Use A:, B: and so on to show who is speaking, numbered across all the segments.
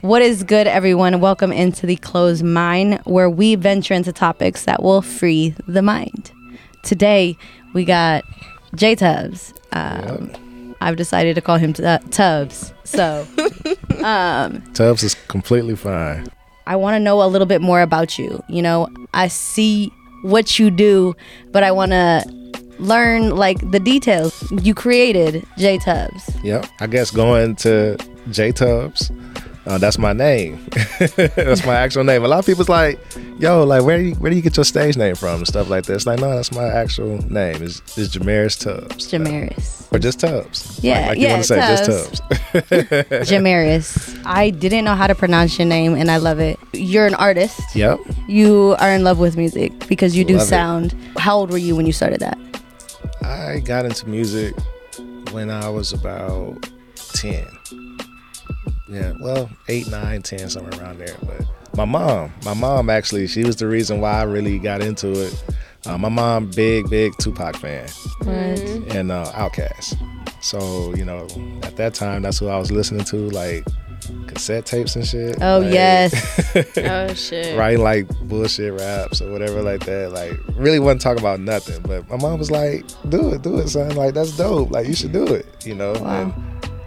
A: What is good, everyone? Welcome into the Closed Mind, where we venture into topics that will free the mind. Today, we got J Tubbs. Um, I've decided to call him Tu- uh, Tubbs. So
B: Tubbs is completely fine.
A: I want to know a little bit more about you. You know, I see what you do, but I want to learn like the details. You created J Tubbs.
B: Yep. I guess going to J Tubbs. Uh, that's my name. that's my actual name. A lot of people's like, "Yo, like, where do you, where do you get your stage name from?" and stuff like this. Like, no, that's my actual name. Is is Jamaris Tubbs
A: Jamaris.
B: or just Tubbs?
A: Yeah,
B: like, like
A: yeah,
B: you want to say
A: Tubbs.
B: just Tubbs.
A: Jamaris. I didn't know how to pronounce your name, and I love it. You're an artist.
B: yep.
A: You are in love with music because you do
B: Love it.
A: sound. How old were you when you started that?
B: I got into music when I was about ten. Yeah, well, eight, nine, ten, somewhere around there. But my mom, my mom actually, she was the reason why I really got into it. Uh, my mom, big, big Tupac fan and uh, Outkast. So you know, at that time, that's who I was listening to, like cassette tapes and shit.
A: Oh,
B: like,
A: yes.
C: Oh shit.
B: writing like bullshit raps or whatever like that. Like really wasn't talking about nothing. But my mom was like, "Do it, do it, son. Like that's dope. Like you should do it." You know.
A: Wow.
B: And,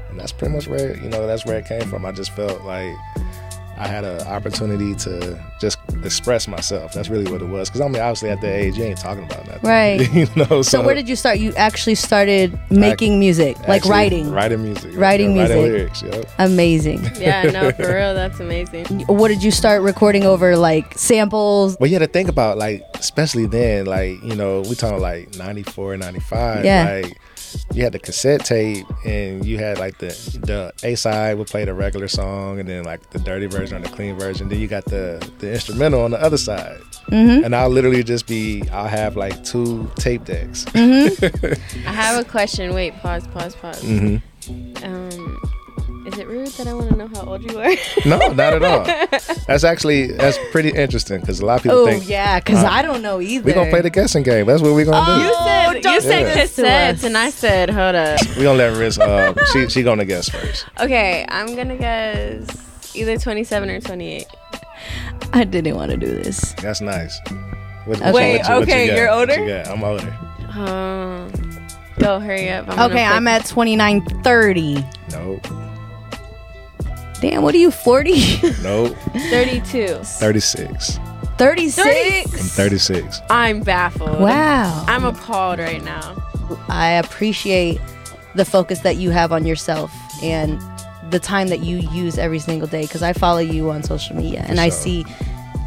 B: and that's pretty much where you know that's where it came from. I just felt like I had an opportunity to just express myself. That's really what it was. Because I mean, obviously at that age, you ain't talking about nothing,
A: Right.
B: you know.
A: So, where did you start? You actually started making music, like
B: actually
A: writing.
B: writing music,
A: Writing music.
B: lyrics. Yep.
A: Amazing.
C: Yeah, no, for real, that's amazing.
A: what did you start recording over? Like samples?
B: Well, you had to think about like, especially then, like, you know, we talking like 94, 95.
A: Yeah.
B: Like, you had the cassette tape and you had like the the A side would play the regular song and then like the dirty version and the clean version. Then you got the the instrumental on the other side. Mm-hmm. And I'll literally just be, I'll have like two tape decks.
C: I have a question. Wait, pause, pause, pause.
A: Mm-hmm.
C: Um, is it rude that I want to know how old you are?
B: no, not at all. That's actually, that's pretty interesting because a lot of people
A: Oh
B: think
A: yeah, because
B: Uh,
A: I don't know either.
B: we're going to play the guessing game. That's what we're going to do.
A: Um, Oh,
C: you said
A: don't
C: you
A: do
C: said
A: this to us.
C: cassettes, and I said, hold up.
B: We're going to let Riz, uh, she, she going to guess first.
C: Okay, I'm gonna guess either 27 or 28.
A: I didn't want to do this.
B: That's nice. What,
A: Okay. Wait,
C: okay,
B: got?
C: you're
B: What
C: older?
B: you got? I'm older.
C: Um, go hurry up. I'm
A: Okay, I'm at twenty nine thirty.
B: Nope.
A: Damn, what are you? Forty?
B: Nope.
C: 32.
B: 36.
A: Thirty
B: I'm
A: six?
B: 36.
C: I'm baffled.
A: Wow.
C: I'm appalled right now.
A: I appreciate the focus that you have on yourself and the time that you use every single day because I follow you on social media and I
B: sure.
A: see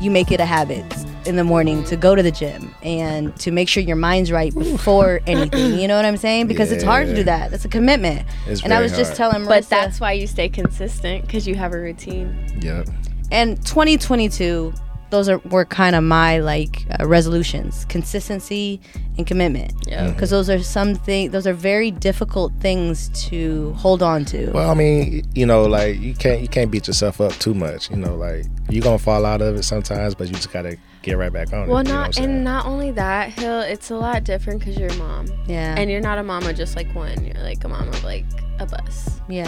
A: you make it a habit in the morning to go to the gym and to make sure your mind's right before anything. You know what I'm saying? Because it's hard to do
B: Yeah.
A: that. That's a commitment.
B: It's
A: and I
B: very
A: was just
B: hard.
A: telling Marissa,
C: But that's why you stay consistent because you have a routine.
B: Yep.
A: and 2022 those are were kind of my like uh, resolutions consistency and commitment
C: Yeah.
B: Mm-hmm.
A: because those are something those are very difficult things to hold on to
B: Well, I mean, you know, like you can't you can't beat yourself up too much. You know, like you're gonna fall out of it sometimes, but you just gotta get right back on
C: Well,
B: it. you know
C: not
B: what I'm
C: and
B: saying?
C: not only that, Hill. It's a lot different because you're a mom,
A: yeah
C: and you're not a mom of just like one. You're like a mom of like a bus.
A: yeah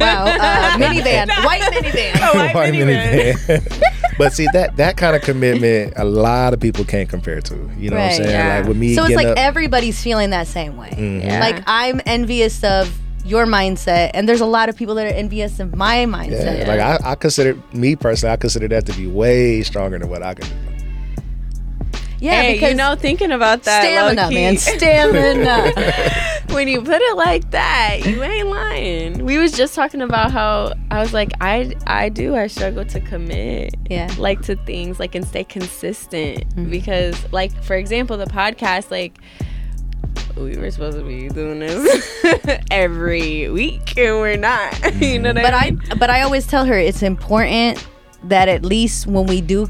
A: wow uh, minivan white minivan
C: Oh,
B: Why minivan? but see that that kind of commitment, a lot of people can't compare to. You know
A: Right,
B: what I'm saying?
C: yeah.
B: Like with me
A: so it's
B: getting
A: like
B: up, Mm. Mm-hmm.
A: everybody's feeling that same way
C: Yeah.
A: like i'm envious of your mindset and there's a lot of people that are envious of my mindset
B: yeah, like I, I consider me personally, I consider that to be way stronger than what I can do.
A: yeah
C: hey,
A: because
C: you know, thinking about that
A: stamina
C: low-key,
A: man stamina
C: when you put it like that, you ain't lying. We was just talking about how I was like, I I do I struggle to commit
A: yeah
C: like to things like and stay consistent
A: Mm-hmm.
C: because like for example the podcast like we were supposed to be doing this every week and we're not. you know what
A: but
C: I
A: I
C: mean?
A: but I always tell her it's important that at least when we do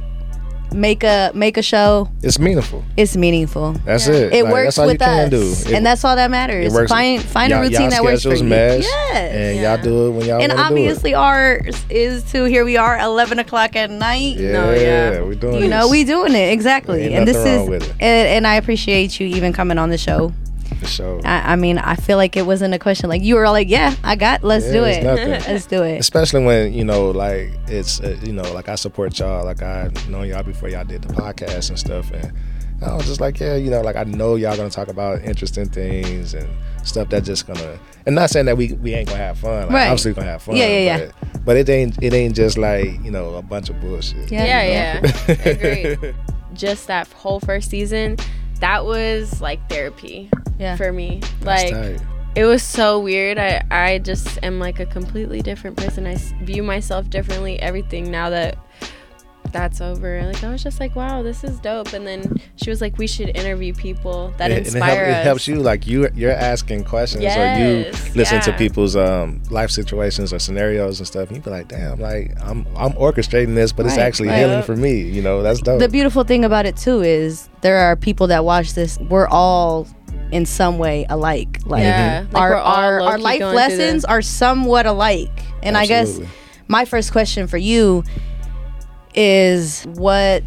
A: make a make a show,
B: It's meaningful.
A: it's meaningful.
B: That's
C: Yeah.
B: it.
A: It
B: Like,
A: works
B: that's all
A: with
B: you can
A: us,
B: do. It-
A: and that's all that matters.
B: it works.
A: Find find a
B: y'all-
A: routine
B: y'all
A: that works for you.
B: schedules mesh,
A: Yes.
B: and
C: Yeah.
B: y'all do it when y'all
A: and
B: want to
A: obviously ours is too. Here we are, eleven o'clock at night.
B: do it. Yeah,
C: no, yeah.
B: we're doing.
A: You know,
B: this.
A: we doing it exactly,
B: Ain't
A: and this
B: nothing wrong
A: is,
B: with it.
A: and, and I appreciate you even coming on the show
B: for sure.
A: I, I mean, I feel like it wasn't a question. Like you were all like, "Yeah, I got. Let's
B: Yeah,
A: do
B: it's
A: it.
B: nothing.
A: Let's do it."
B: Especially when you know, like it's uh, you know, like I support y'all. Like I know y'all before y'all did the podcast and stuff, and I was just like, yeah, you know, like I know y'all gonna talk about interesting things and stuff that just gonna. And not saying that we we ain't gonna have fun. Like,
A: Right.
B: Obviously gonna have fun.
A: Yeah, yeah, yeah.
B: But, but it ain't it ain't just like you know a bunch of bullshit.
A: Yeah.
C: Yeah, yeah. Agreed.
B: Agreed.
C: Just that whole first season, that was like therapy
A: Yeah.
C: for me. Like it was so weird. I I just am like a completely different person. I s- view myself differently. Everything now that that's over. Like I was just like, wow, this is dope. And then she was like, we should interview people that
B: And- and it,
C: inspire
B: help-
C: us.
B: it helps you like you you're asking questions or you
C: Yes,
B: listen to
C: yeah.
B: people's um, life situations or scenarios and stuff and you be like damn like i'm i'm orchestrating this but it's
A: Right,
B: actually
A: right.
B: healing for me you know that's dope
A: The beautiful thing about it too is there are people that watch this. We're all in some way alike. Like
C: Yeah, like
A: our
C: we're all
A: our, our
C: low-key
A: life
C: going through this.
A: lessons are somewhat alike. And I
B: Absolutely.
A: guess my first question for you is what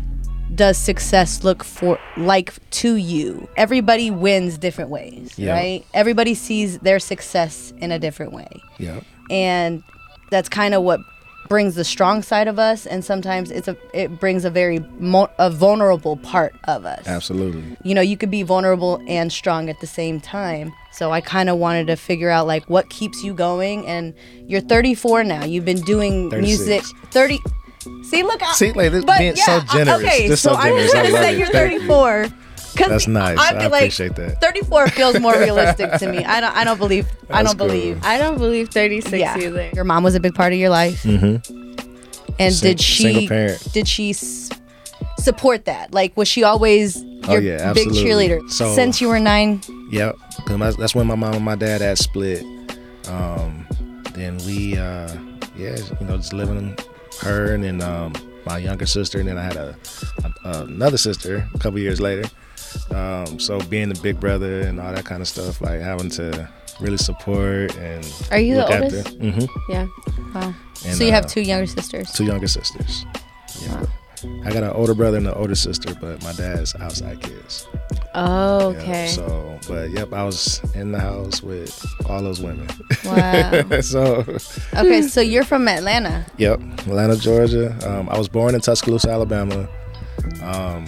A: does success look for like to you? Everybody wins different ways,
B: Yeah.
A: right? Everybody sees their success in a different way
B: yeah
A: and that's kind of what brings the strong side of us and sometimes it's a it brings a very mo- a vulnerable part of us
B: absolutely
A: you know you could be vulnerable and strong at the same time so i kind of wanted to figure out like what keeps you going and you're 34 now you've been doing
B: 36.
A: music 30 see look I,
B: See, like, this being so
A: I-
B: generous.
A: okay
B: Just
A: so
B: so
A: i'm
B: generous.
A: just
B: I
A: gonna
B: love
A: say
B: it.
A: you're
B: Thank you.
A: 34 'cause
B: That's nice.
A: I'd
B: I
A: be like,
B: appreciate that.
A: 34 feels more realistic to me i don't i don't believe i
B: That's
A: don't believe
B: cool.
C: I don't believe 36
A: yeah.
C: either.
A: Your mom was a big part of your life. Mm-hmm. And
B: Sing-
A: did she
B: single parent.
A: did she s- support that? Like was she always your
B: Oh, yeah,
A: big
B: absolutely.
A: cheerleader
B: So-
A: since you were 9?
B: Yep. 'Cause my- that's when my mom and my dad had split. Um, then we, uh, yeah, you know, just living with her and then um, my younger sister, and then I had a, a another sister a couple years later. Um, so being the big brother and all that kind of stuff, like having to really support and
C: Are you the
B: look
C: oldest?
B: after. hmm
C: Yeah.
A: Wow.
B: And,
A: so you
B: uh,
A: have two younger sisters.
B: Two younger sisters. Yeah. I got an older brother and an older sister, but my dad's outside kids.
C: Oh,
B: Yeah,
C: okay.
B: so, but yep, I was in the house with all those women.
A: Wow.
B: so,
A: okay, so you're from Atlanta.
B: yep, Atlanta, Georgia. Um, I was born in Tuscaloosa, Alabama. Um,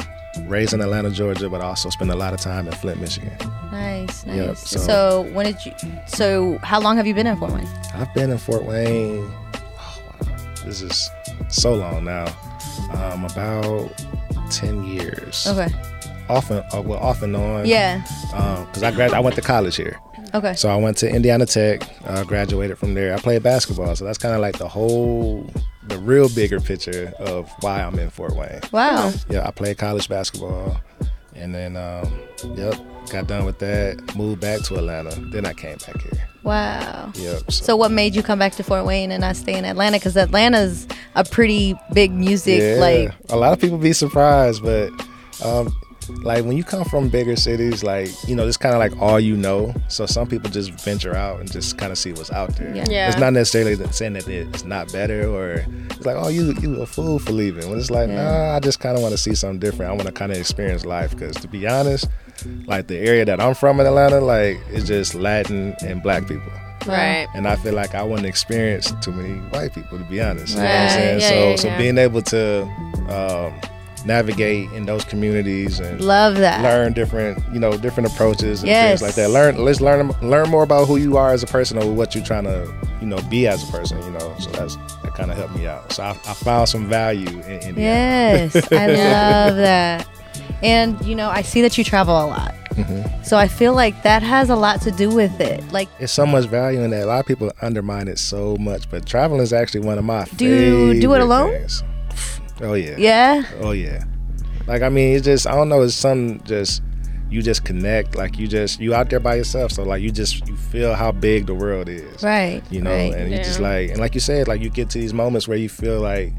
B: raised in Atlanta, Georgia, but also spent a lot of time in Flint, Michigan.
A: Nice, nice.
B: Yep,
A: so.
B: so-
A: when did you so how long have you been in Fort Wayne?
B: I've been in Fort Wayne. oh, wow, this is so long now. Um, about ten years.
A: Okay.
B: Off and uh, well, off and on.
A: Yeah.
B: Because I grad, I went to college here.
A: Okay.
B: So I went to Indiana Tech, uh, graduated from there. I played basketball, so that's kind of like the whole, the real bigger picture of why I'm in Fort Wayne.
A: wow.
B: Yeah, I played college basketball, and then um, yep, got done with that. Moved back to Atlanta. Then I came back here.
A: Wow.
B: Yep.
A: So what made you come back to Fort Wayne and not stay in Atlanta? Because Atlanta's a pretty big music like
B: a lot of people be surprised, but um, like when you come from bigger cities, like you know, it's kind of like all you know. So some people just venture out and just kind of see what's out there.
A: Yeah.
C: Yeah.
B: It's not necessarily that saying that it's not better or it's like, oh, you you a fool for leaving. When it's like,
A: Yeah.
B: nah, I just kind of want to see something different. I want to kind of experience life because to be honest, like the area that I'm from in Atlanta, like it's just Latin and Black people.
C: Right.
B: And I feel like I wouldn't experience too many white people, to be honest. You know what
C: Right.
B: I'm saying?
C: Yeah,
B: so,
C: yeah,
B: so
C: yeah.
B: being able to um, navigate in those communities and
A: Love that.
B: learn different, you know, different approaches and
A: Yes.
B: things like that. Learn, let's learn, learn more about who you are as a person or what you're trying to, you know, be as a person. You know, so that's that kind of helped me out. So I, I found some value in India.
A: Yes, I love that. And you know, I see that you travel a lot.
B: Mm-hmm.
A: So I feel like that has a lot to do with it. Like,
B: It's so much value in that. A lot of people undermine it so much, but traveling is actually one of my
A: Do you do it
B: favorite
A: alone?
B: things. Oh yeah.
A: yeah,
B: Oh yeah. Like I mean, it's just I don't know. It's something just you just connect. Like you just you out there by yourself. So like you just you feel how big the world is.
A: right.
B: You know,
A: right.
B: and you just
C: Yeah.
B: like and like you said, like you get to these moments where you feel like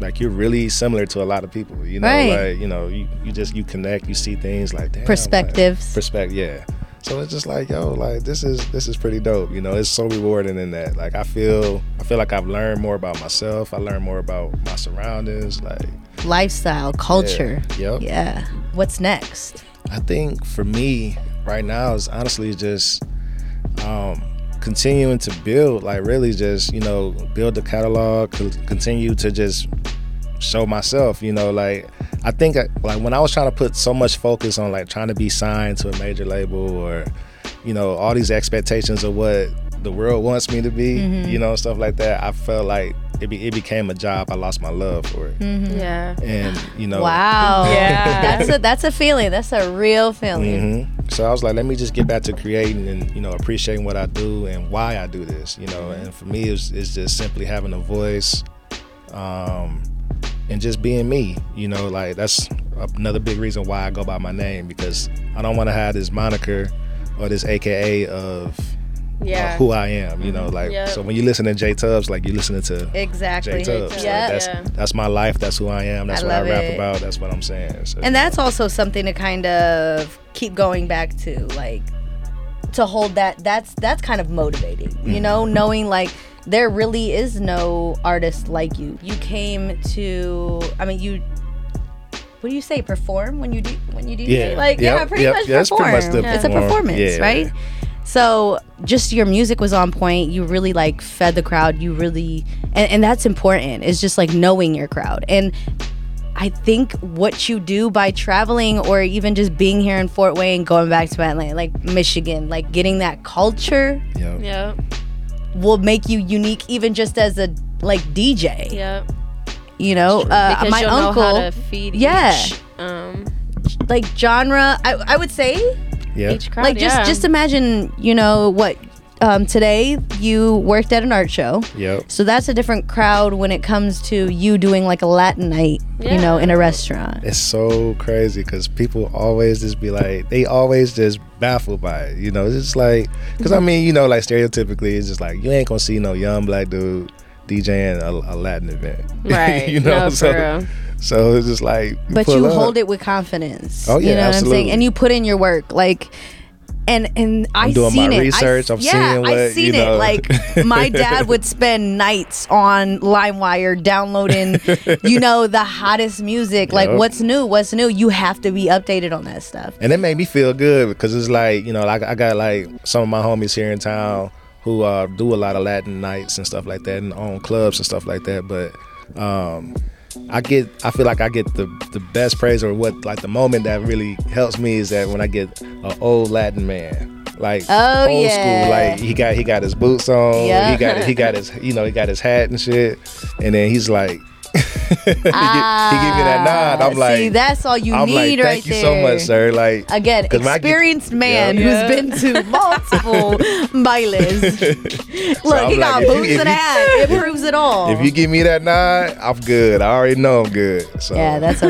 B: like you're really similar to a lot of people. You know,
A: Right.
B: like you know you, you just you connect. You see things like damn, like,
A: Perspectives.
B: perspective. Yeah. So it's just like yo, like this is this is pretty dope. You know, it's so rewarding in that. Like I feel I feel like I've learned more about myself. I learned more about my surroundings. Like
A: lifestyle, culture.
B: Yep.
A: Yeah. What's next?
B: I think for me, right now is honestly just um, continuing to build, like really just you know build the catalog, c- continue to just show myself. You know, like I think I, like when I was trying to put so much focus on like trying to be signed to a major label or you know all these expectations of what the world wants me to be,
A: Mm-hmm.
B: you know, stuff like that. I felt like it be, it became a job. I lost my love for it,
A: mm-hmm.
C: Yeah.
B: and you know,
A: Mm. Wow.
C: Yeah.
A: That's a that's a feeling. That's a real feeling.
B: hmm So I was like, let me just get back to creating and you know appreciating what I do and why I do this. You know, and for me, it's it's just simply having a voice, um, and just being me. You know, like that's another big reason why I go by my name because I don't want to have this moniker or this AKA of. of
C: Yeah.
B: who I am, you
A: Mm-hmm.
B: know, like
C: Yep.
B: so. When you listen to J Tubbs, like you listening to
A: Exactly.
B: Mm-hmm. J Tubbs. Like,
A: Yeah.
B: that's that's my life. That's who I am. That's
A: I
B: what I
A: love
B: rap
A: it.
B: about. That's what I'm saying. So,
A: And that's also something to kind of keep going back to, like to hold that that's that's kind of motivating. You know, knowing like there really is no artist like you. You came to I mean you what do you say perform when you do when you do
B: Yeah.
A: like yeah
B: Yep,
A: pretty
B: yep,
A: much
B: yeah, that's pretty
A: perform.
B: much the
A: it's a
B: perform.
A: performance,
B: Yeah.
A: right? So just your music was on point. You really like fed the crowd. You really and, and that's important. It's just like knowing your crowd. And I think what you do by traveling or even just being here in Fort Wayne and going back to Atlanta, like Michigan, like getting that culture
B: yeah.
C: Yep.
A: will make you unique even just as a like DJ.
C: Yep.
A: You know? Uh
C: because
A: my
C: you'll
A: uncle
C: know how to feed
A: Yeah.
C: each, um,
A: like genre I, I would say
B: yeah.
C: each crowd.
A: like just
C: yeah.
A: just imagine, you know, what um today you worked at an art show.
B: Yep.
A: So that's a different crowd when it comes to you doing like a Latin night, you
C: Yeah.
A: know, in a restaurant.
B: It's so crazy because people always just be like, they always just baffled by it. You know, it's just like, because
C: Mm-hmm.
B: I mean, you know, like stereotypically, it's just like, you ain't gonna see no young black dude DJing a, a Latin event.
C: right.
B: you know,
C: no, for
B: so,
C: real.
B: so it's just like,
A: But you hold it with confidence.
B: Oh,
A: you
B: yeah,
A: know what I'm saying?
B: absolutely.
A: And you put in your work, like, and and I
B: doing
A: seen
B: my
A: it.
B: research.
A: I,
B: I'm
A: yeah,
B: seeing
A: I
B: what,
A: seen
B: you know.
A: it. Like my dad would spend nights on LimeWire downloading, you know, the hottest music. Like
B: Yep.
A: what's new? What's new? You have to be updated on that stuff.
B: And it made me feel good because it's like, you know, like I got like some of my homies here in town who uh, do a lot of Latin nights and stuff like that and own clubs and stuff like that. But um, I get, I feel like I get the, the best praise or what, like the moment that really helps me is that when I get an old Latin man. Like
A: Oh,
B: old
A: yeah.
B: school, like he got he got his boots on,
A: Yeah.
B: he got he got his you know he got his hat and shit, and then he's like, he, gi- he give me that nod.
A: Ah,
B: I'm like,
A: see, that's all you
B: I'm
A: need
B: like, thank
A: right
B: you
A: there.
B: so much, sir. Like
A: Again,
B: 'Cause when I get-
A: experienced man
B: Yeah.
A: who's been to multiple bailes. Look,
B: I'm
A: he got
B: like, if you-
A: boots
B: if
A: and a
B: you-
A: hat. It proves it all.
B: If you give me that nod, I'm good. I already know I'm good. So
A: yeah, that's a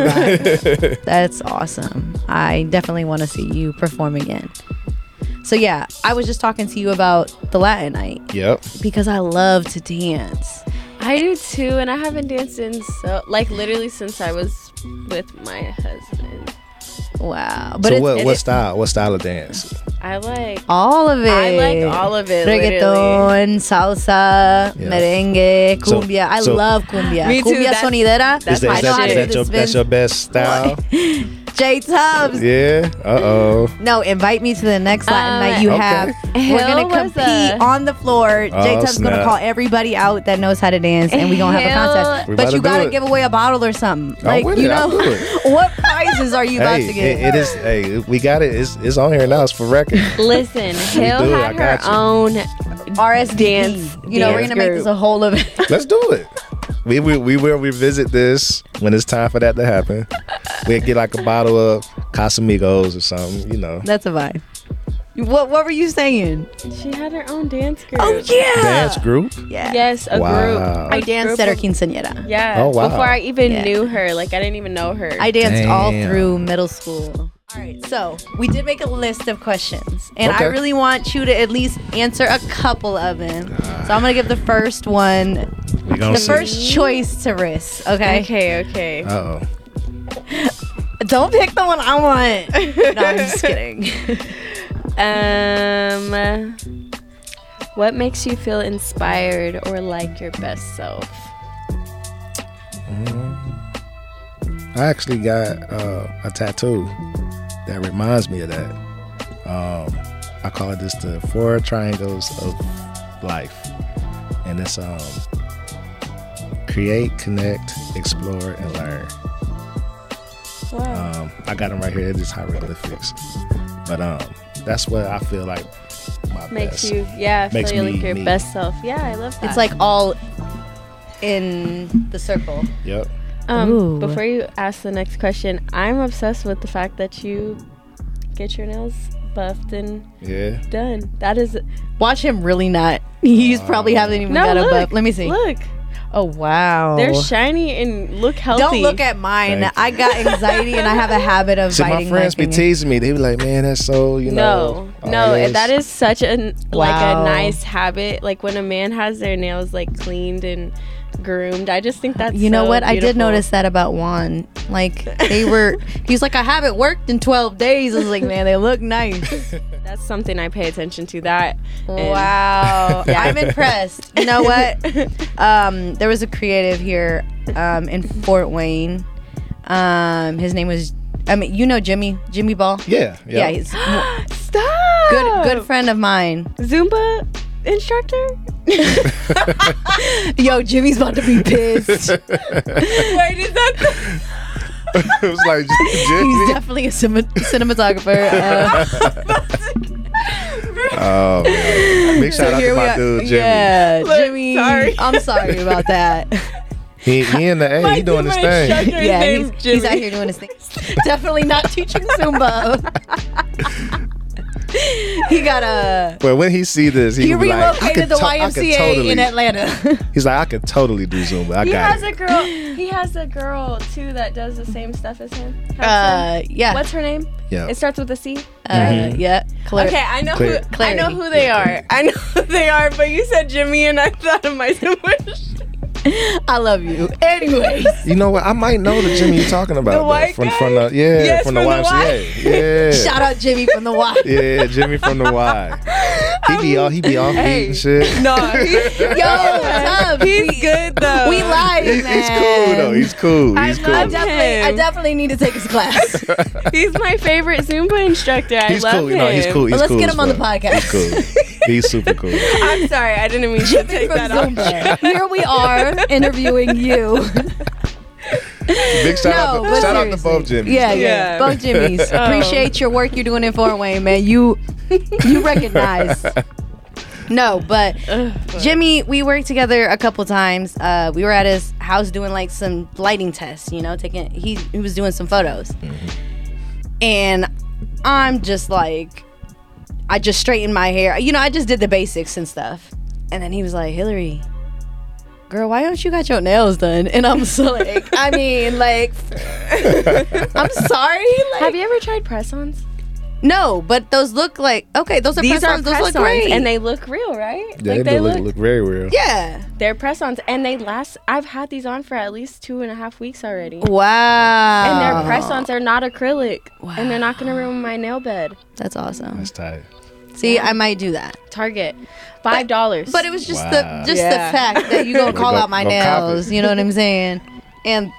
A: lot. that's awesome. I definitely want to see you perform again. So yeah, I was just talking to you about the Latin night
B: yep.
A: because I love to dance.
C: I do too, and I haven't danced in so like literally since I was with my husband.
A: Wow. But
B: so
A: it's,
B: what
A: it-
B: what style? What style of dance?
C: I like
A: all of it.
C: I like all of it. literally.
A: Reggaeton, salsa,
B: Yeah.
A: merengue,
B: So-
A: cumbia. I
B: so-
A: love cumbia.
C: Me too,
A: Cumbia
C: that's-
A: sonidera.
C: that's
B: that-
A: I know
C: my
B: that-
A: how to
C: shit.
A: do
B: that
A: the
B: your, that's
A: spins.
B: your best style?
A: J Tubbs.
B: yeah. Uh oh.
A: No, invite me to the next Latin
C: Um,
A: night you
B: Okay.
A: have. We're
C: Hell
A: gonna
C: was
A: compete
C: a-
A: on the floor.
B: Oh,
A: J Tubbs gonna
B: snap.
A: call everybody out that knows how to dance, and we gonna have a
C: Hell-
A: contest.
B: We
A: but
B: about
A: you
B: to do
A: gotta
B: it. Oh,
A: give away a bottle or something.
B: I'm
A: Like
B: with
A: you
B: it.
A: know,
B: I'll do it.
A: what prizes are you about
B: Hey,
A: to get?
B: it- it is. Hey, we got it. It's, it's on here now. It's for record.
C: Listen, Hill
B: do, I
C: had her
B: got you.
C: own
A: RSVP.
C: dance.
A: You know, we're
C: dance
A: gonna make this
C: group.
A: a whole event.
B: Let's do it. We, we we will revisit this when it's time for that to happen. We'll get like a bottle of Casamigos or something. You know.
A: That's a vibe. What What were you saying?
C: She had her own dance group.
A: Oh yeah,
B: Dance group.
A: Yeah.
C: Yes, a
B: Wow.
C: group.
A: I
C: A
A: danced
C: group
A: at her
C: of-
A: quinceanera.
C: Yeah.
B: Oh, wow.
C: Before I even
A: Yeah.
C: knew her, like I didn't even know her.
A: I danced all
B: Damn.
A: through middle school. All right, so we did make a list of questions, and I
B: Okay.
A: really want you to at least answer a couple of them. So I'm gonna give the first one,
B: We gonna
A: the first choice to Riss. Okay,
C: okay, okay.
B: Uh oh.
A: don't pick the one I want. No, I'm just kidding.
C: Um, what makes you feel inspired or like your best self?
B: I actually got uh, a tattoo that reminds me of that. Um, I call it this the four triangles of life, and it's um, create, connect, explore, and learn.
C: Wow.
B: Um, I got them right here. They're just hieroglyphics, but um, that's what I feel like my
C: makes
B: best.
C: you, yeah,
B: makes
C: feel
B: me
C: like your
B: me.
C: best self. Yeah, I love that.
A: It's like all in the circle.
B: Yep.
A: Ooh.
C: um, before you ask the next question, I'm obsessed with the fact that you get your nails buffed and
B: Yeah.
C: done. That is
A: Watch him really not. He's probably haven't even
C: no
A: got
C: look.
A: a buff. Let me see.
C: Look,
A: Oh wow.
C: they're shiny and look healthy.
A: Don't look at mine.
B: Thank you.
A: I got anxiety and I have a habit of
B: See, my
A: biting
B: friends
A: my
B: be teasing me. They be like, "Man, that's so you know."
C: no, no,
B: all this."
C: that is such a n- like
A: Oh, Wow.
C: a nice habit. Like when a man has their nails like cleaned and groomed, I just think that's
A: You know
C: so
A: what? I did
C: beautiful.
A: notice that about Juan. Like they were. he's like, I haven't worked in twelve days. I was like, man, they look nice.
C: That's something I pay attention to. That and-
A: Wow,
B: Yeah.
A: I'm impressed. You know what? Um, there was a creative here um, in Fort Wayne. Um, his name was. I mean, you know Jimmy, Jimmy Ball.
B: Yeah.
A: Yeah,
B: Yeah.
A: he's
C: Stop.
A: good, good friend of mine.
C: Zumba instructor.
A: Yo, Jimmy's about to be pissed.
C: Wait, is that?
B: it was like,
A: he's
B: Jimmy.
A: definitely a cinema- cinematographer. Uh,
B: Oh, man. Big shout out
A: here
B: to
A: we
B: my
A: are-
B: dude, Jimmy.
A: Yeah,
C: Look,
A: Jimmy.
C: sorry.
A: I'm sorry about that.
B: He, he in the A, he doing his thing.
C: Instructor
A: yeah,
C: named
A: he's, he's out
C: Jimmy.
A: here doing his thing. Definitely not teaching Zumba. he got uh, a.
B: But when he see this, he,
A: He
B: gonna be like, I
A: relocated
B: could
A: the
B: to- I could
A: YMCA
B: totally,
A: in Atlanta.
B: He's like, I could totally do Zumba. I
C: He
B: got
C: has
B: it.
C: a girl. He has a girl too that does the same stuff as him. Has him.
A: uh, yeah.
C: What's her name?
B: yeah.
C: It starts with a C.
A: uh,
B: Mm-hmm.
A: Yeah. Claire.
C: Okay, I know
B: Clear.
C: who
A: Clarity.
C: I know who they are. I know who they are, but you said Jimmy and I thought of my sandwich.
A: I love you. Anyways.
B: You know what? I might know the Jimmy you're talking about. though,
C: white
B: from
C: guy?
B: from the yeah
C: Yes,
B: from the
C: from the
B: YMCA. yeah.
A: Shout out Jimmy from the Y.
B: Yeah, Jimmy from the Y. He be all he be all
C: Hey.
B: and shit.
C: No,
A: Yo, Tub,
C: he's
A: we-
C: good though.
A: We lied,
B: He-
A: man.
B: he's cool though. He's cool.
C: I
B: He's
C: love
B: cool.
A: I definitely, I
C: him.
A: definitely need to take his class.
C: He's my favorite Zumba instructor. I
B: he's
C: love
B: cool.
C: him.
B: You know, he's cool. He's
A: But let's
B: cool
A: get
B: as
A: him on the
B: fuck.
A: podcast.
B: He's cool. He's super cool.
C: I'm sorry, I didn't mean to take
A: From
C: that off.
A: Zumba. Here we are interviewing you.
B: Big shout out
A: No,
B: to
A: but
B: shout out to both
A: seriously.
B: Jimmys.
A: Yeah, yeah,
C: Yeah.
A: Both Jimmys.
C: Oh.
A: Appreciate your work you're doing in Fort Wayne, man. You you recognize. No, but Jimmy, we worked together a couple times. Uh, we were at his house doing like some lighting tests, you know, taking he he was doing some photos.
C: Mm-hmm.
A: And I'm just like I just straightened my hair. You know, I just did the basics and stuff. And then he was like, Hillary, girl, why don't you got your nails done? And I'm so like, I mean, like, I'm sorry. Like,
C: Have you ever tried press-ons?
A: No, but those look like, okay, those are
C: These
A: press-ons.
C: are
A: Those
C: press-ons,
A: look great.
C: and they look real, right?
B: Yeah, they, look, look very real.
A: yeah.
C: they're press-ons, and they last. I've had these on for at least two and a half weeks already.
A: Wow.
C: And their press-ons are not acrylic, and they're not going to ruin my nail bed.
A: That's awesome.
B: That's tight.
A: See, I might do that.
C: Target, five dollars.
A: But it was just
B: Wow.
A: the just
C: Yeah.
A: the fact that you gonna
B: Go-
A: call out my
B: go cop
A: nails.
B: it.
A: You know what I'm saying? And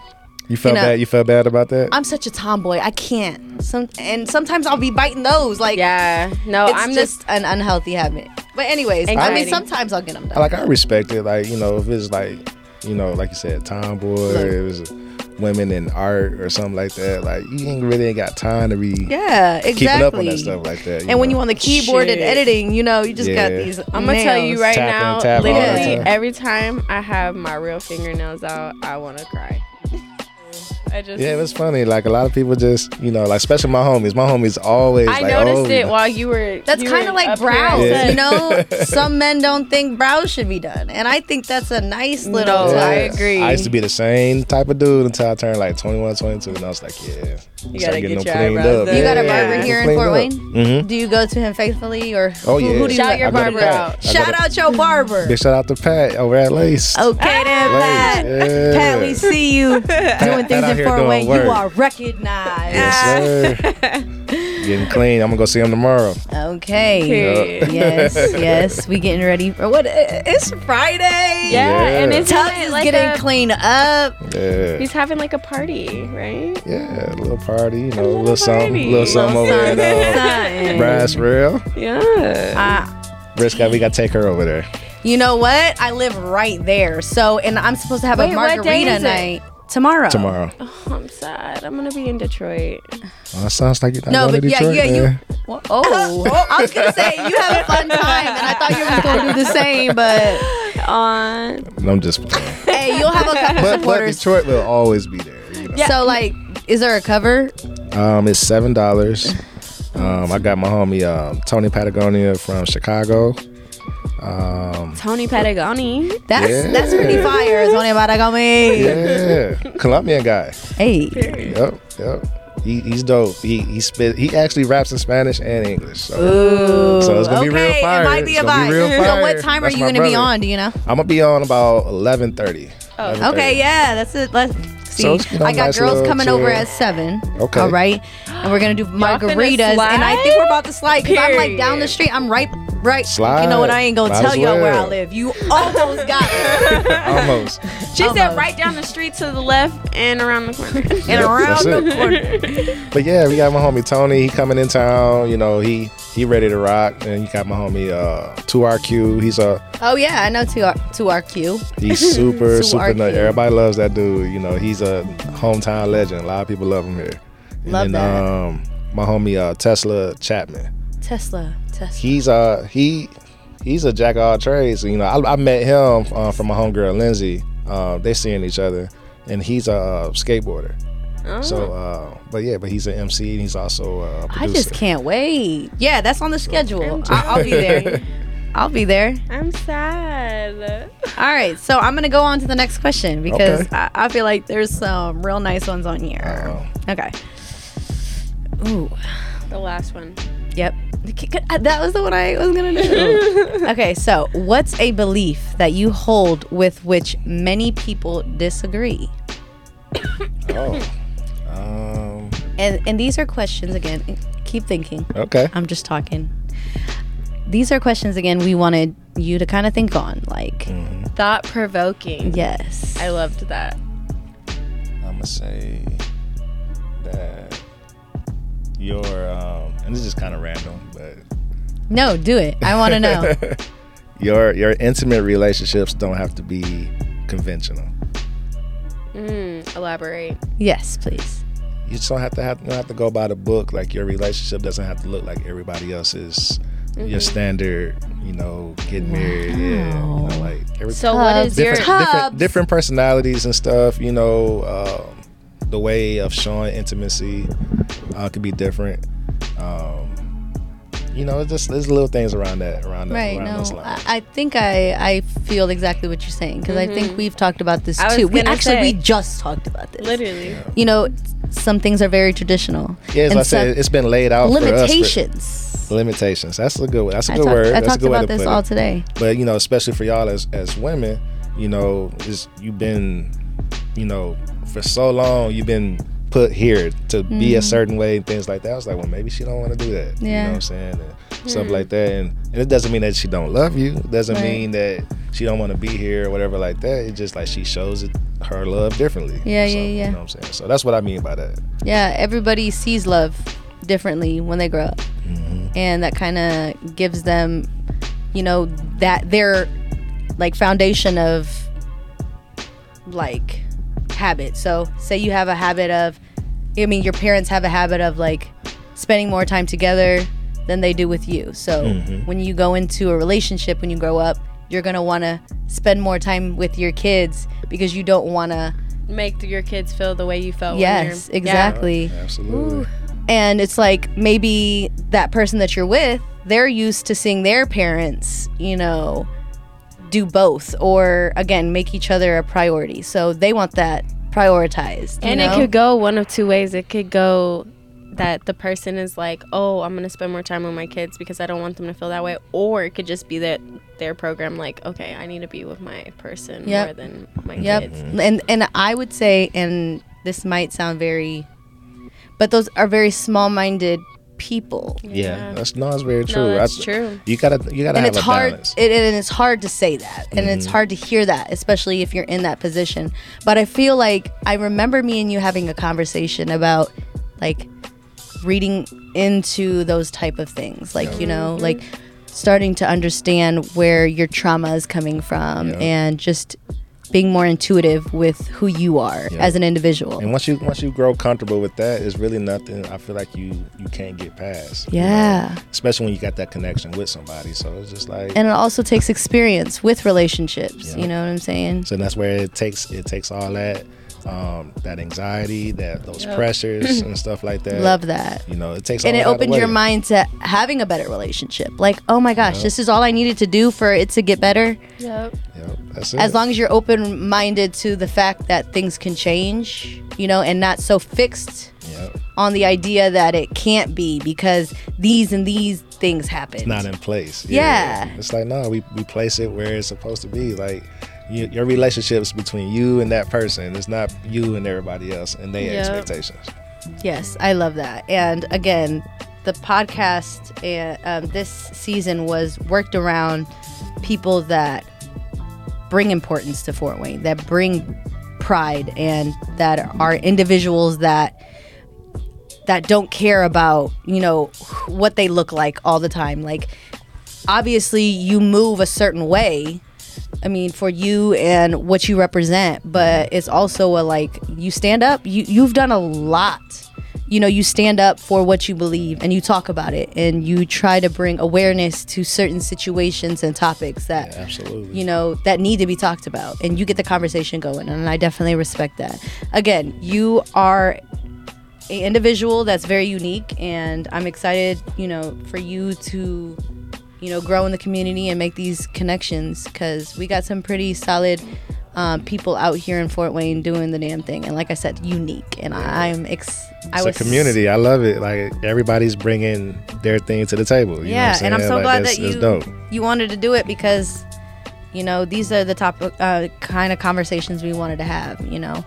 B: You felt
A: know-
B: bad. You felt bad about that.
A: I'm such a tomboy. I can't. Some and sometimes I'll be biting those. Like
C: yeah, no,
A: it's
C: I'm
A: just
C: just
A: an unhealthy habit. But anyways, I mean
C: Anxiety.
A: sometimes I'll get them done.
B: like I respect it. Like you know, if it's like you know, like you said, tomboy,
A: Look.
B: it was women in art or something like that. Like you ain't really ain't got time to be
A: yeah, exactly.
B: keeping up on that stuff like that.
A: and when you
B: know.
A: on the keyboard and
C: Shit.
A: editing, you know, you just got
B: Yeah.
A: these.
C: I'm gonna tell you right
B: Tap in,
C: now,
B: tap out
A: all the
C: literally
A: time.
C: every time I have my real fingernails out, I want to cry. I just
B: yeah, it was funny. Like a lot of people just, you know, like especially my homies. My homies always.
C: I
B: like,
C: noticed
B: oh,
C: it
B: you know.
C: while you were.
A: That's kind of like brows,
B: here. Yeah.
A: you know. Some men don't think brows should be done, and I think that's a nice little.
C: No,
A: touch.
C: I agree.
B: I used to be the same type of dude until I turned like 21, 22, and I was like, yeah, you
C: gotta get your eyebrows done.
A: You got a
C: Yeah.
A: barber here in Fort Wayne? Do you go to him faithfully, or
B: Mm-hmm. Oh
A: who,
B: yeah,
A: who do you
C: Shout
A: let-
C: your
B: I go to
C: barber
B: Pat.
C: out.
B: I go
A: Shout
B: to-
A: out your barber.
B: Big shout out to Pat over at Lace.
A: Okay then, Pat.
B: yeah.
A: Pat, we see you doing
B: Pat
A: things
B: out
A: in
B: here
A: Fort
B: doing
A: Wayne.
B: work.
A: You are recognized.
B: Yes, sir. Getting clean. I'm gonna go see him tomorrow.
A: Okay.
C: Period.
A: yes, yes. We getting ready for what? It's Friday.
C: Yeah,
B: Yeah.
C: and it's
A: Tubbs is
C: like
A: getting
C: a,
A: cleaned up.
B: Yeah,
C: He's having like a party, right?
B: yeah. A little party, you know, a
C: little
B: little something,
C: party.
B: little something over
A: Son,
B: there.
A: son.
B: Uh, brass rail.
C: Yeah.
A: I-
B: Brisk, we gotta take her over
C: Oh.
B: there.
A: you know what? I live right there. So, and I'm supposed to have a
C: Wait, what day
A: margarita
C: is it?
A: night tomorrow.
B: Tomorrow.
C: Oh, I'm sad. I'm gonna be in Detroit.
B: Well, it sounds like you're not
A: No,
B: going
A: but
B: to
A: yeah,
B: Detroit.
A: yeah, you.
B: man.
A: Well, oh, well, I was gonna say you have a fun time, and I thought you were going to do the same. But
C: On
B: I'm just playing.
A: hey, you'll have a couple
B: But, but
A: supporters.
B: Detroit will always be there. You know?
A: So, like, is there a cover?
B: Um, it's seven dollars. Um, I got my homie um, Tony Patagonia from Chicago. Um,
C: Tony Patagoni.
A: That's
B: Yeah.
A: that's pretty fire. It's only about I got me.
B: yeah, Colombian guy.
A: Hey,
B: Yep, yep. He, he's dope. He he spit. He actually raps in Spanish and English. So, so it's gonna be real
A: okay,
B: fire.
A: it might be
B: It's
A: a
B: gonna
A: vibe.
B: be real
A: So, what
B: fire.
A: time
B: That's
A: are you
B: my
A: gonna be
B: brother.
A: on? Do you know?
B: I'm gonna be on about eleven thirty.
C: Oh.
A: Okay, yeah, that's it. Let's see.
B: So it's, you know,
A: I got
B: nice
A: girls
B: little
A: coming over
B: chill.
A: at seven.
B: Okay.
A: All right, and we're gonna do
C: finna
A: margaritas, and I think
C: slide?
A: we're about to slide. 'cause I'm like
C: Period.
A: down the street. I'm right, right. You
B: Slide.
A: know what? I ain't gonna
B: Might
A: tell
B: as
A: y'all where I
B: well.
A: live. You almost got it.
B: Almost.
C: She
A: Almost.
C: said right down the street to the left and around the corner.
A: And
B: Yep,
A: around
B: that's
A: the
B: it.
A: corner.
B: But yeah, we got my homie Tony. He coming in town. You know, he he ready to rock. And you got my homie uh, 2RQ. He's a
A: Oh yeah, I know two R two RQ.
B: he's super
A: 2RQ.
B: super. nut. Everybody loves that dude. You know, he's a hometown legend. A lot of people love him here. And
A: Love
B: then,
A: that.
B: Um, my homie uh, Tesla Chapman.
A: Tesla. Tesla.
B: He's uh he he's a jack of all trades. You know, I, I met him uh, from my homegirl Lindsay. Uh, they seeing each other, and he's a uh, skateboarder.
C: Oh.
B: So, uh, but yeah, but he's an MC and he's also a producer.
A: I just can't wait. Yeah, that's on the schedule.
C: I'm
A: I- I'll be there. I'll be there.
C: I'm sad.
A: All right, so I'm gonna go on to the next question because
B: Okay.
A: I, I feel like there's some real nice ones on here.
B: Uh-oh.
A: Okay. Ooh.
C: The last one.
A: Yep. uh, That was the one I was gonna do. okay, so what's a belief that you hold with which many people disagree?
B: Oh. Um,
A: And and these are questions again. Keep thinking.
B: okay.
A: I'm just talking. These are questions again we wanted you to kind of think on. Like,
B: Mm.
C: Thought provoking.
A: yes.
C: I loved that.
B: I'm gonna say that your um, and this is kind of random, but
A: No, do it. I want to know.
B: your your intimate relationships don't have to be conventional.
C: Mm, elaborate.
A: yes, please.
B: You just don't have to have you don't have to go by the book. Like your relationship doesn't have to look like everybody else's.
A: Mm-hmm.
B: Your standard, you know, getting married, yeah, you know, like every,
C: So what is
A: Tubs.
C: your
B: different, different
A: Tubs.
B: different personalities and stuff. You know, um, the way of showing intimacy uh, could be different. Um, you know, it's just there's little things around that around that
A: Right.
B: around
A: No,
B: those
A: I,
B: lines.
A: I think I I feel exactly what you're saying because I think we've talked about this
C: Mm-hmm. I was
A: too. We
C: gonna
A: actually we
C: say.
A: just talked about this.
C: literally?
A: You know, some things are very traditional.
B: yeah, as
A: and
B: I said,
A: some
B: it's been laid out for us.
A: limitations.
B: For, limitations. That's a good. one. That's a
A: I
B: good
A: talked,
B: word.
A: I
B: That's a
A: talked
B: good way
A: about
B: to
A: this
B: put
A: all
B: it.
A: today.
B: but you know especially for y'all as as women you know is you've been you know for so long you've been put here to be a certain way and things like that i was like well maybe she don't want to do that you
A: Mm-hmm.
B: know
A: Yeah. Hmm.
B: what i'm saying and stuff like that and, and it doesn't mean that she don't love you it doesn't
A: Right.
B: mean that she don't want to be here or whatever like that it's just like she shows it her love differently
A: Yeah,
B: So,
A: yeah, yeah.
B: you know what i'm saying so that's what i mean by that
A: Yeah, everybody sees love differently when they grow up, and that kind of gives them, you know, that their like foundation of like habit. So, say you have a habit of, I mean, your parents have a habit of like spending more time together than they do with you. So, when you go into a relationship, when you grow up, you're gonna wanna spend more time with your kids because you don't wanna.
C: Make your kids feel the way you felt.
A: Yes,
C: when you're,
A: exactly
B: absolutely
A: and it's like maybe that person that you're with they're used to seeing their parents you know do both or again make each other a priority so they want that prioritized you
C: And
A: know?
C: it could go one of two ways. It could go that the person is like, "Oh, I'm gonna spend more time with my kids because I don't want them to feel that way," or it could just be that their program, like, "Okay, I need to be with my person
A: Yep.
C: more than my
A: yep
C: kids."
A: and and i would say and this might sound very but those are very small-minded people.
B: Yeah, that's no, that's very true.
C: that's
B: I-
C: true.
B: You gotta, you gotta
A: and
B: have
A: it's
B: a
A: hard
B: balance. Mm-hmm.
A: it, and it's hard to say that and it's hard to hear that especially if you're in that position but i feel like i remember me and you having a conversation about like reading into those type of things like you know like starting to understand where your trauma is coming from
B: Yeah.
A: and just being more intuitive with who you are
B: Yeah.
A: as an individual
B: And once you once you grow comfortable with that, it's really nothing. I feel like you you can't get past. you know?
A: Yeah.
B: especially when you got that connection with somebody. So it's just like,
A: and it also takes experience with relationships
B: Yeah.
A: you know what i'm saying
B: so that's where it takes it takes all that, um, that anxiety, that those
C: Yeah.
B: pressures and stuff like that.
A: love that
B: You know, it takes
A: and
B: all
A: it
B: that
A: opened
B: away.
A: your mind to having a better relationship. Like, oh my gosh, this is all I needed to do for it to get better.
C: Yep.
B: Yep, that's it.
A: As long as you're open minded to the fact that things can change, you know, and not so fixed
B: Yep.
A: on the idea that it can't be because these and these things happen.
B: not in place.
A: Yeah.
B: It's like, no, we, we place it where it's supposed to be. Like, you, your relationships between you and that person. It's not you and everybody else and their
C: Yep.
B: expectations.
A: Yes, I love that. And again, the podcast and um, this season was worked around people that bring importance to Fort Wayne, that bring pride, and that are individuals that that don't care about you know what they look like all the time. Like obviously, you move a certain way. I mean, for you and what you represent, but it's also a like you stand up. You you've done a lot. You know, you stand up for what you believe and you talk about it and you try to bring awareness to certain situations and topics that
B: Absolutely.
A: you know that need to be talked about and you get the conversation going and i definitely respect that again you are an individual that's very unique and i'm excited you know for you to you know grow in the community and make these connections because we got some pretty solid um, people out here in fort wayne doing the damn thing and like i said unique and I i'm ex- i
B: it's a
A: was
B: community. I love it. Like everybody's bringing their thing to the table. You
A: yeah,
B: know what I'm saying?
A: and I'm so
B: Like,
A: glad
B: that's-
A: that you
B: that's dope.
A: you wanted to do it because you know these are the top uh, kind of conversations we wanted to have. You know,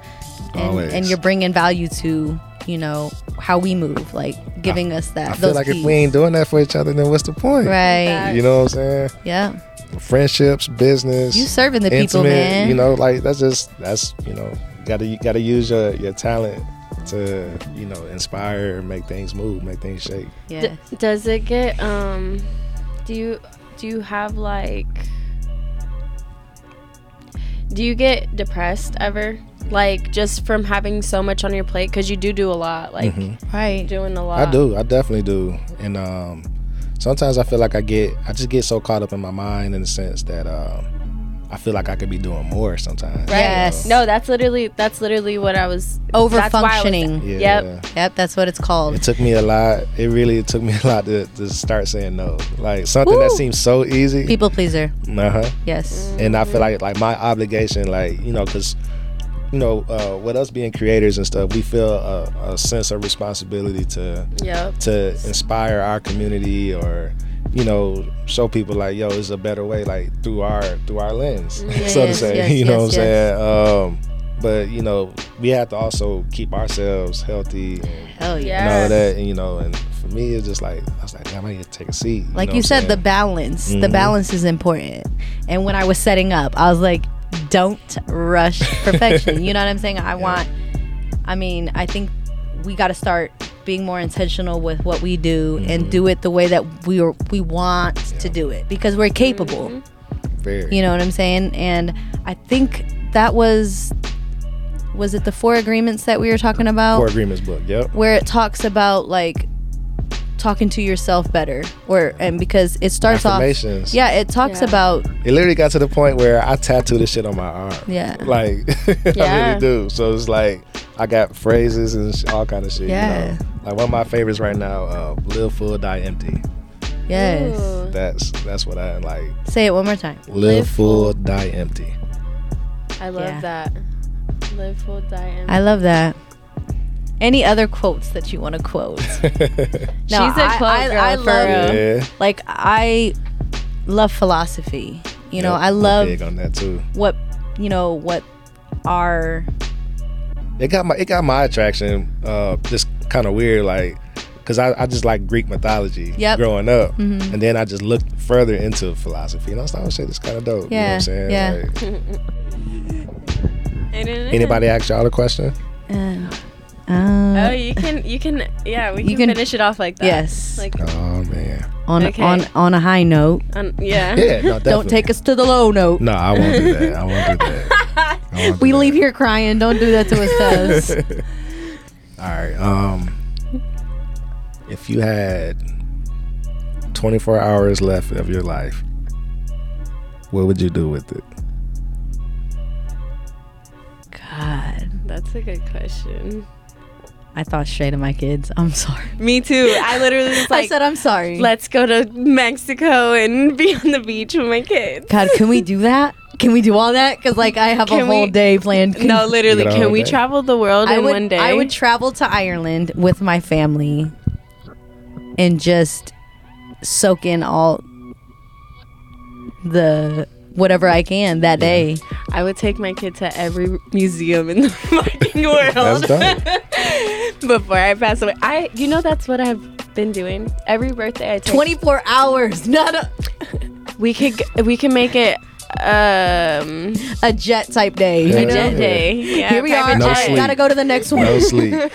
A: and,
B: Always.
A: and you're bringing value to you know how we move, like giving us that.
B: I feel
A: those
B: like
A: keys.
B: if we ain't doing that for each other, then what's the point?
A: right,
C: Like
B: You know what I'm saying?
A: yeah,
B: Friendships, business.
A: you serving the people,
B: intimate,
A: man.
B: You know, like that's just that's you know, gotta you gotta use your your talent to you know inspire, make things move, make things shake.
A: yeah.
C: D- does it get um do you do you have like do you get depressed ever? Like just from having so much on your plate cuz you do do a lot like
A: right,
C: doing a lot.
B: I do, I definitely do, and um, sometimes I feel like I get I just get so caught up in my mind in the sense that um, I feel like I could be doing more sometimes.
A: Right. Yes.
C: No, that's literally that's literally what I was
A: over
C: that's why I was-
A: functioning.
B: Yeah.
C: Yep.
A: Yep, that's what it's
B: It
A: called.
B: took me a lot. It really took me a lot to, to start saying no. Like something that
A: Woo.
B: seems so easy.
A: People pleaser.
B: uh huh.
A: Yes.
B: and I feel like like my obligation, like you know, because you know, uh, with us being creators and stuff, we feel a, a sense of responsibility to
C: Yep.
B: to inspire our community or you know show people like yo it's a better way like through our through our lens so to
A: yes,
B: say
A: yes,
B: you
A: yes,
B: know what i'm saying um but you know we have to also keep ourselves healthy and,
A: Oh yeah.
B: and all
C: Yes.
B: of that and you know and for me it's just like i was like damn i need to take a seat
A: like
B: know
A: you
B: what I'm
A: said the
B: saying?
A: balance the
B: Mhm.
A: balance is important and when i was setting up i was like don't rush perfection you know what i'm saying i want i mean i think we got to start being more intentional with what we do
B: Mm-hmm.
A: and do it the way that we are, we want to do it because we're capable
B: Mm-hmm. Very.
A: you know what i'm saying and i think that was was it the four agreements that we were talking about
B: core agreements book yep
A: where it talks about like talking to yourself better or and because it starts off
B: Affirmations.
A: yeah it talks
C: Yeah.
A: about
B: It literally got to the point where I tattooed this shit on my arm.
A: Yeah.
B: Like, I
C: Yeah.
B: really do. So it's like, I got phrases and sh- all kind of shit. you
A: Yeah.
B: know? Like, one of my favorites right now, uh, live full, die empty.
A: yes
C: Ooh.
B: That's that's what I like.
A: say it one more time
B: Live,
C: Live
B: full, die empty.
C: I love
A: Yeah.
C: that. Live full diet.
A: i love that any other quotes that you want to quote No,
C: She's a
A: I-
C: quote
A: I-
C: girl
A: I
C: for
A: love-
C: real.
B: yeah.
A: like i love philosophy you know
B: Yep,
A: i
B: I'm
A: love
B: big on that too.
A: what you know what our
B: It got my it got my attraction. Uh, just kind of weird, like because I, I just like Greek mythology
A: Yep. Mm-hmm.
B: growing up,
C: Mm-hmm.
B: and then I just looked further into philosophy, and I was like, oh shit, this kind of dope.
A: Yeah,
B: You know what I'm saying?
A: yeah.
B: Like,
C: I don't know.
B: anybody ask y'all a question?
A: Um, um,
C: Oh, you can, you can, yeah, we
A: You
C: can,
A: can-
C: finish it off like that.
A: Yes.
C: Like,
B: Oh man.
A: on
C: okay.
A: on on a high note.
C: on, yeah.
B: Yeah. No,
A: Don't
B: definitely.
A: take us to the low note.
B: No, I won't do that. I won't do that. I won't do
A: We
B: that.
A: leave here crying. Don't do that to us, Tez.
B: All right. Um, if you had 24 hours left of your life, what would you do with it?
A: God,
C: That's a good question.
A: I thought straight of my kids. I'm sorry.
C: Me too. I literally was
A: I
C: like,
A: said I'm sorry.
C: let's go to Mexico and be on the beach with my kids.
A: God, can we do that? Can we do all that? Because like I have a
C: Can
A: whole
C: we-
A: day planned.
C: No, literally,
B: Get a
C: can we
B: holiday.
C: travel the world
A: I
C: in
A: would.
C: one day?
A: I would travel to Ireland with my family and just soak in all the whatever I can that day.
C: I would take my kid to every museum in the fucking world.
B: That's dope.
C: Before I pass away, I you know that's what I've been doing. Every birthday I take.
A: 24 hours, not a,
C: We could g- we can make it um
A: a jet type day.
B: Yeah.
A: You know?
C: jet
B: Yeah.
C: day. Yeah,
A: Here we are.
C: private
B: No
A: All
C: jet.
A: right,
B: sleep.
A: gotta go to the next one.
B: No sleep.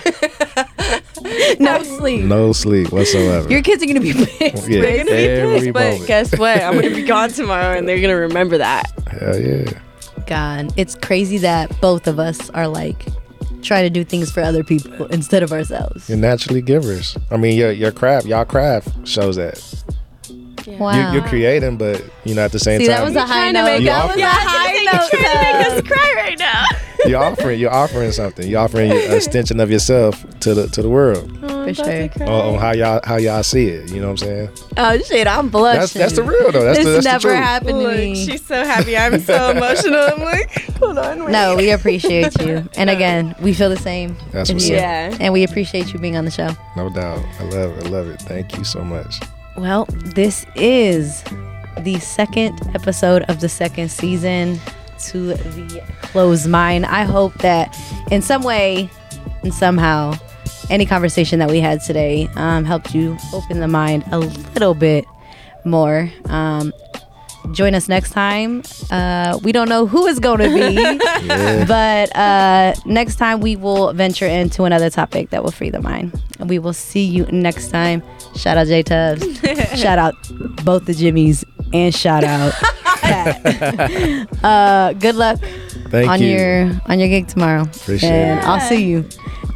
A: No sleep.
B: No sleep whatsoever.
A: Your kids are gonna be pissed.
B: Yeah.
C: They're gonna be
B: Every
C: pissed, but
B: moment.
C: guess what? I'm gonna be gone tomorrow, and they're gonna remember that.
B: Hell yeah.
A: God, it's crazy that both of us are like trying to do things for other people instead of ourselves.
B: You're naturally givers. I mean, your your craft, y'all craft shows that. You,
A: Wow.
B: You're creating, but you know at the same
A: See,
B: time
A: that was a high
C: trying to
A: note.
C: make
A: That
B: up
A: was
B: for
A: a
B: it.
A: high note.
C: us cry right now. Oh,
B: you're offering you're offering something. You're offering a extension of yourself to the to the world
A: For sure.
B: on, on how y'all how y'all see it. You know what I'm saying?
A: Oh shit, I'm blushing.
B: That's that's the real though. That's
A: this
B: the, that's
A: never
B: the truth.
A: happened to
C: Look,
A: me.
C: she's so happy. I'm so emotional. I'm like, hold on. Wait.
A: no, we appreciate you. And again, we feel the same.
B: That's
A: as
B: what's
A: you.
B: up.
C: Yeah.
A: And we appreciate you being on the show.
B: No doubt. I love it. I love it. Thank you so much.
A: Well, this is the second episode of the second season to the closed mind. I hope that in some way and somehow any conversation that we had today um, helped you open the mind a little bit more. Um, join us next time. Uh, we don't know who it's going to be, but uh, next time we will venture into another topic that will free the mind. And we will see you next time. Shout out J Tubbs. shout out both the Jimmies and shout out Pat. uh, good luck
B: Thank
A: on
B: you.
A: your on your gig tomorrow.
B: Appreciate
A: and
B: it.
A: I'll see you.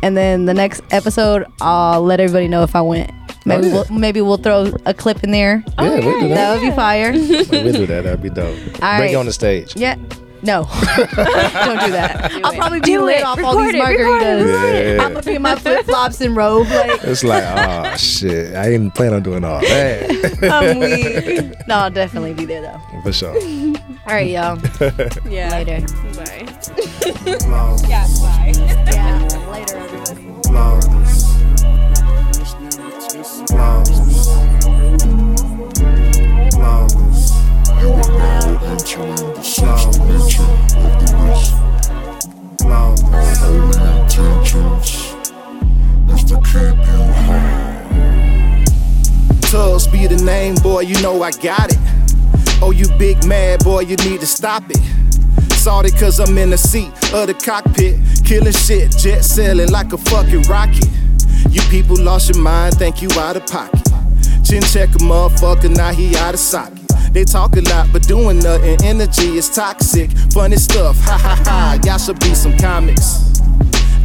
A: And then the next episode, I'll let everybody know if I went. Maybe
B: Oh, yeah.
A: we'll maybe we'll throw a clip in there.
B: yeah, we'll do
A: That
B: that.
A: would be fire.
B: we'll do that. That'd be dope. Bring
A: right.
B: you on the stage.
A: Yeah. No. Don't do that. I'll
C: it.
A: probably be
C: Do
A: lit
C: it.
A: off all these
C: Record it. Record it.
A: margaritas.
B: Record it.
A: I'm gonna be in my flip flops and robe. Like,
B: It's like, oh shit. I didn't plan on doing all that.
A: I'm weak. No, I'll definitely be there though.
B: For sure.
A: All right, y'all.
C: Yeah.
A: Later.
C: Bye.
D: Yeah,
A: Yeah. Later, everybody.
D: Tubbs be the name, boy, you know I got it. Oh, you big mad, boy, you need to stop it. Salty cause I'm in the seat of the cockpit. Killing shit, jet sailing like a fucking rocket. You people lost your mind, think you out of pocket. Chin check a motherfucker, now he out of socket. They talk a lot, but doing nothing. Energy is toxic. Funny stuff, ha ha ha. Y'all should be some comics.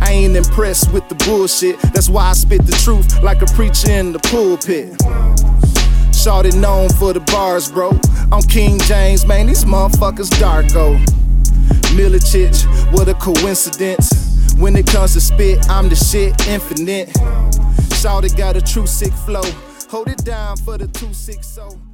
D: I ain't impressed with the bullshit. That's why I spit the truth like a preacher in the pulpit. Shawty known for the bars, bro. I'm King James, man. These motherfuckers oh. darko. Milicic, what a coincidence. When it comes to spit, I'm the shit infinite. Shawty got a true sick flow. Hold it down for the 260.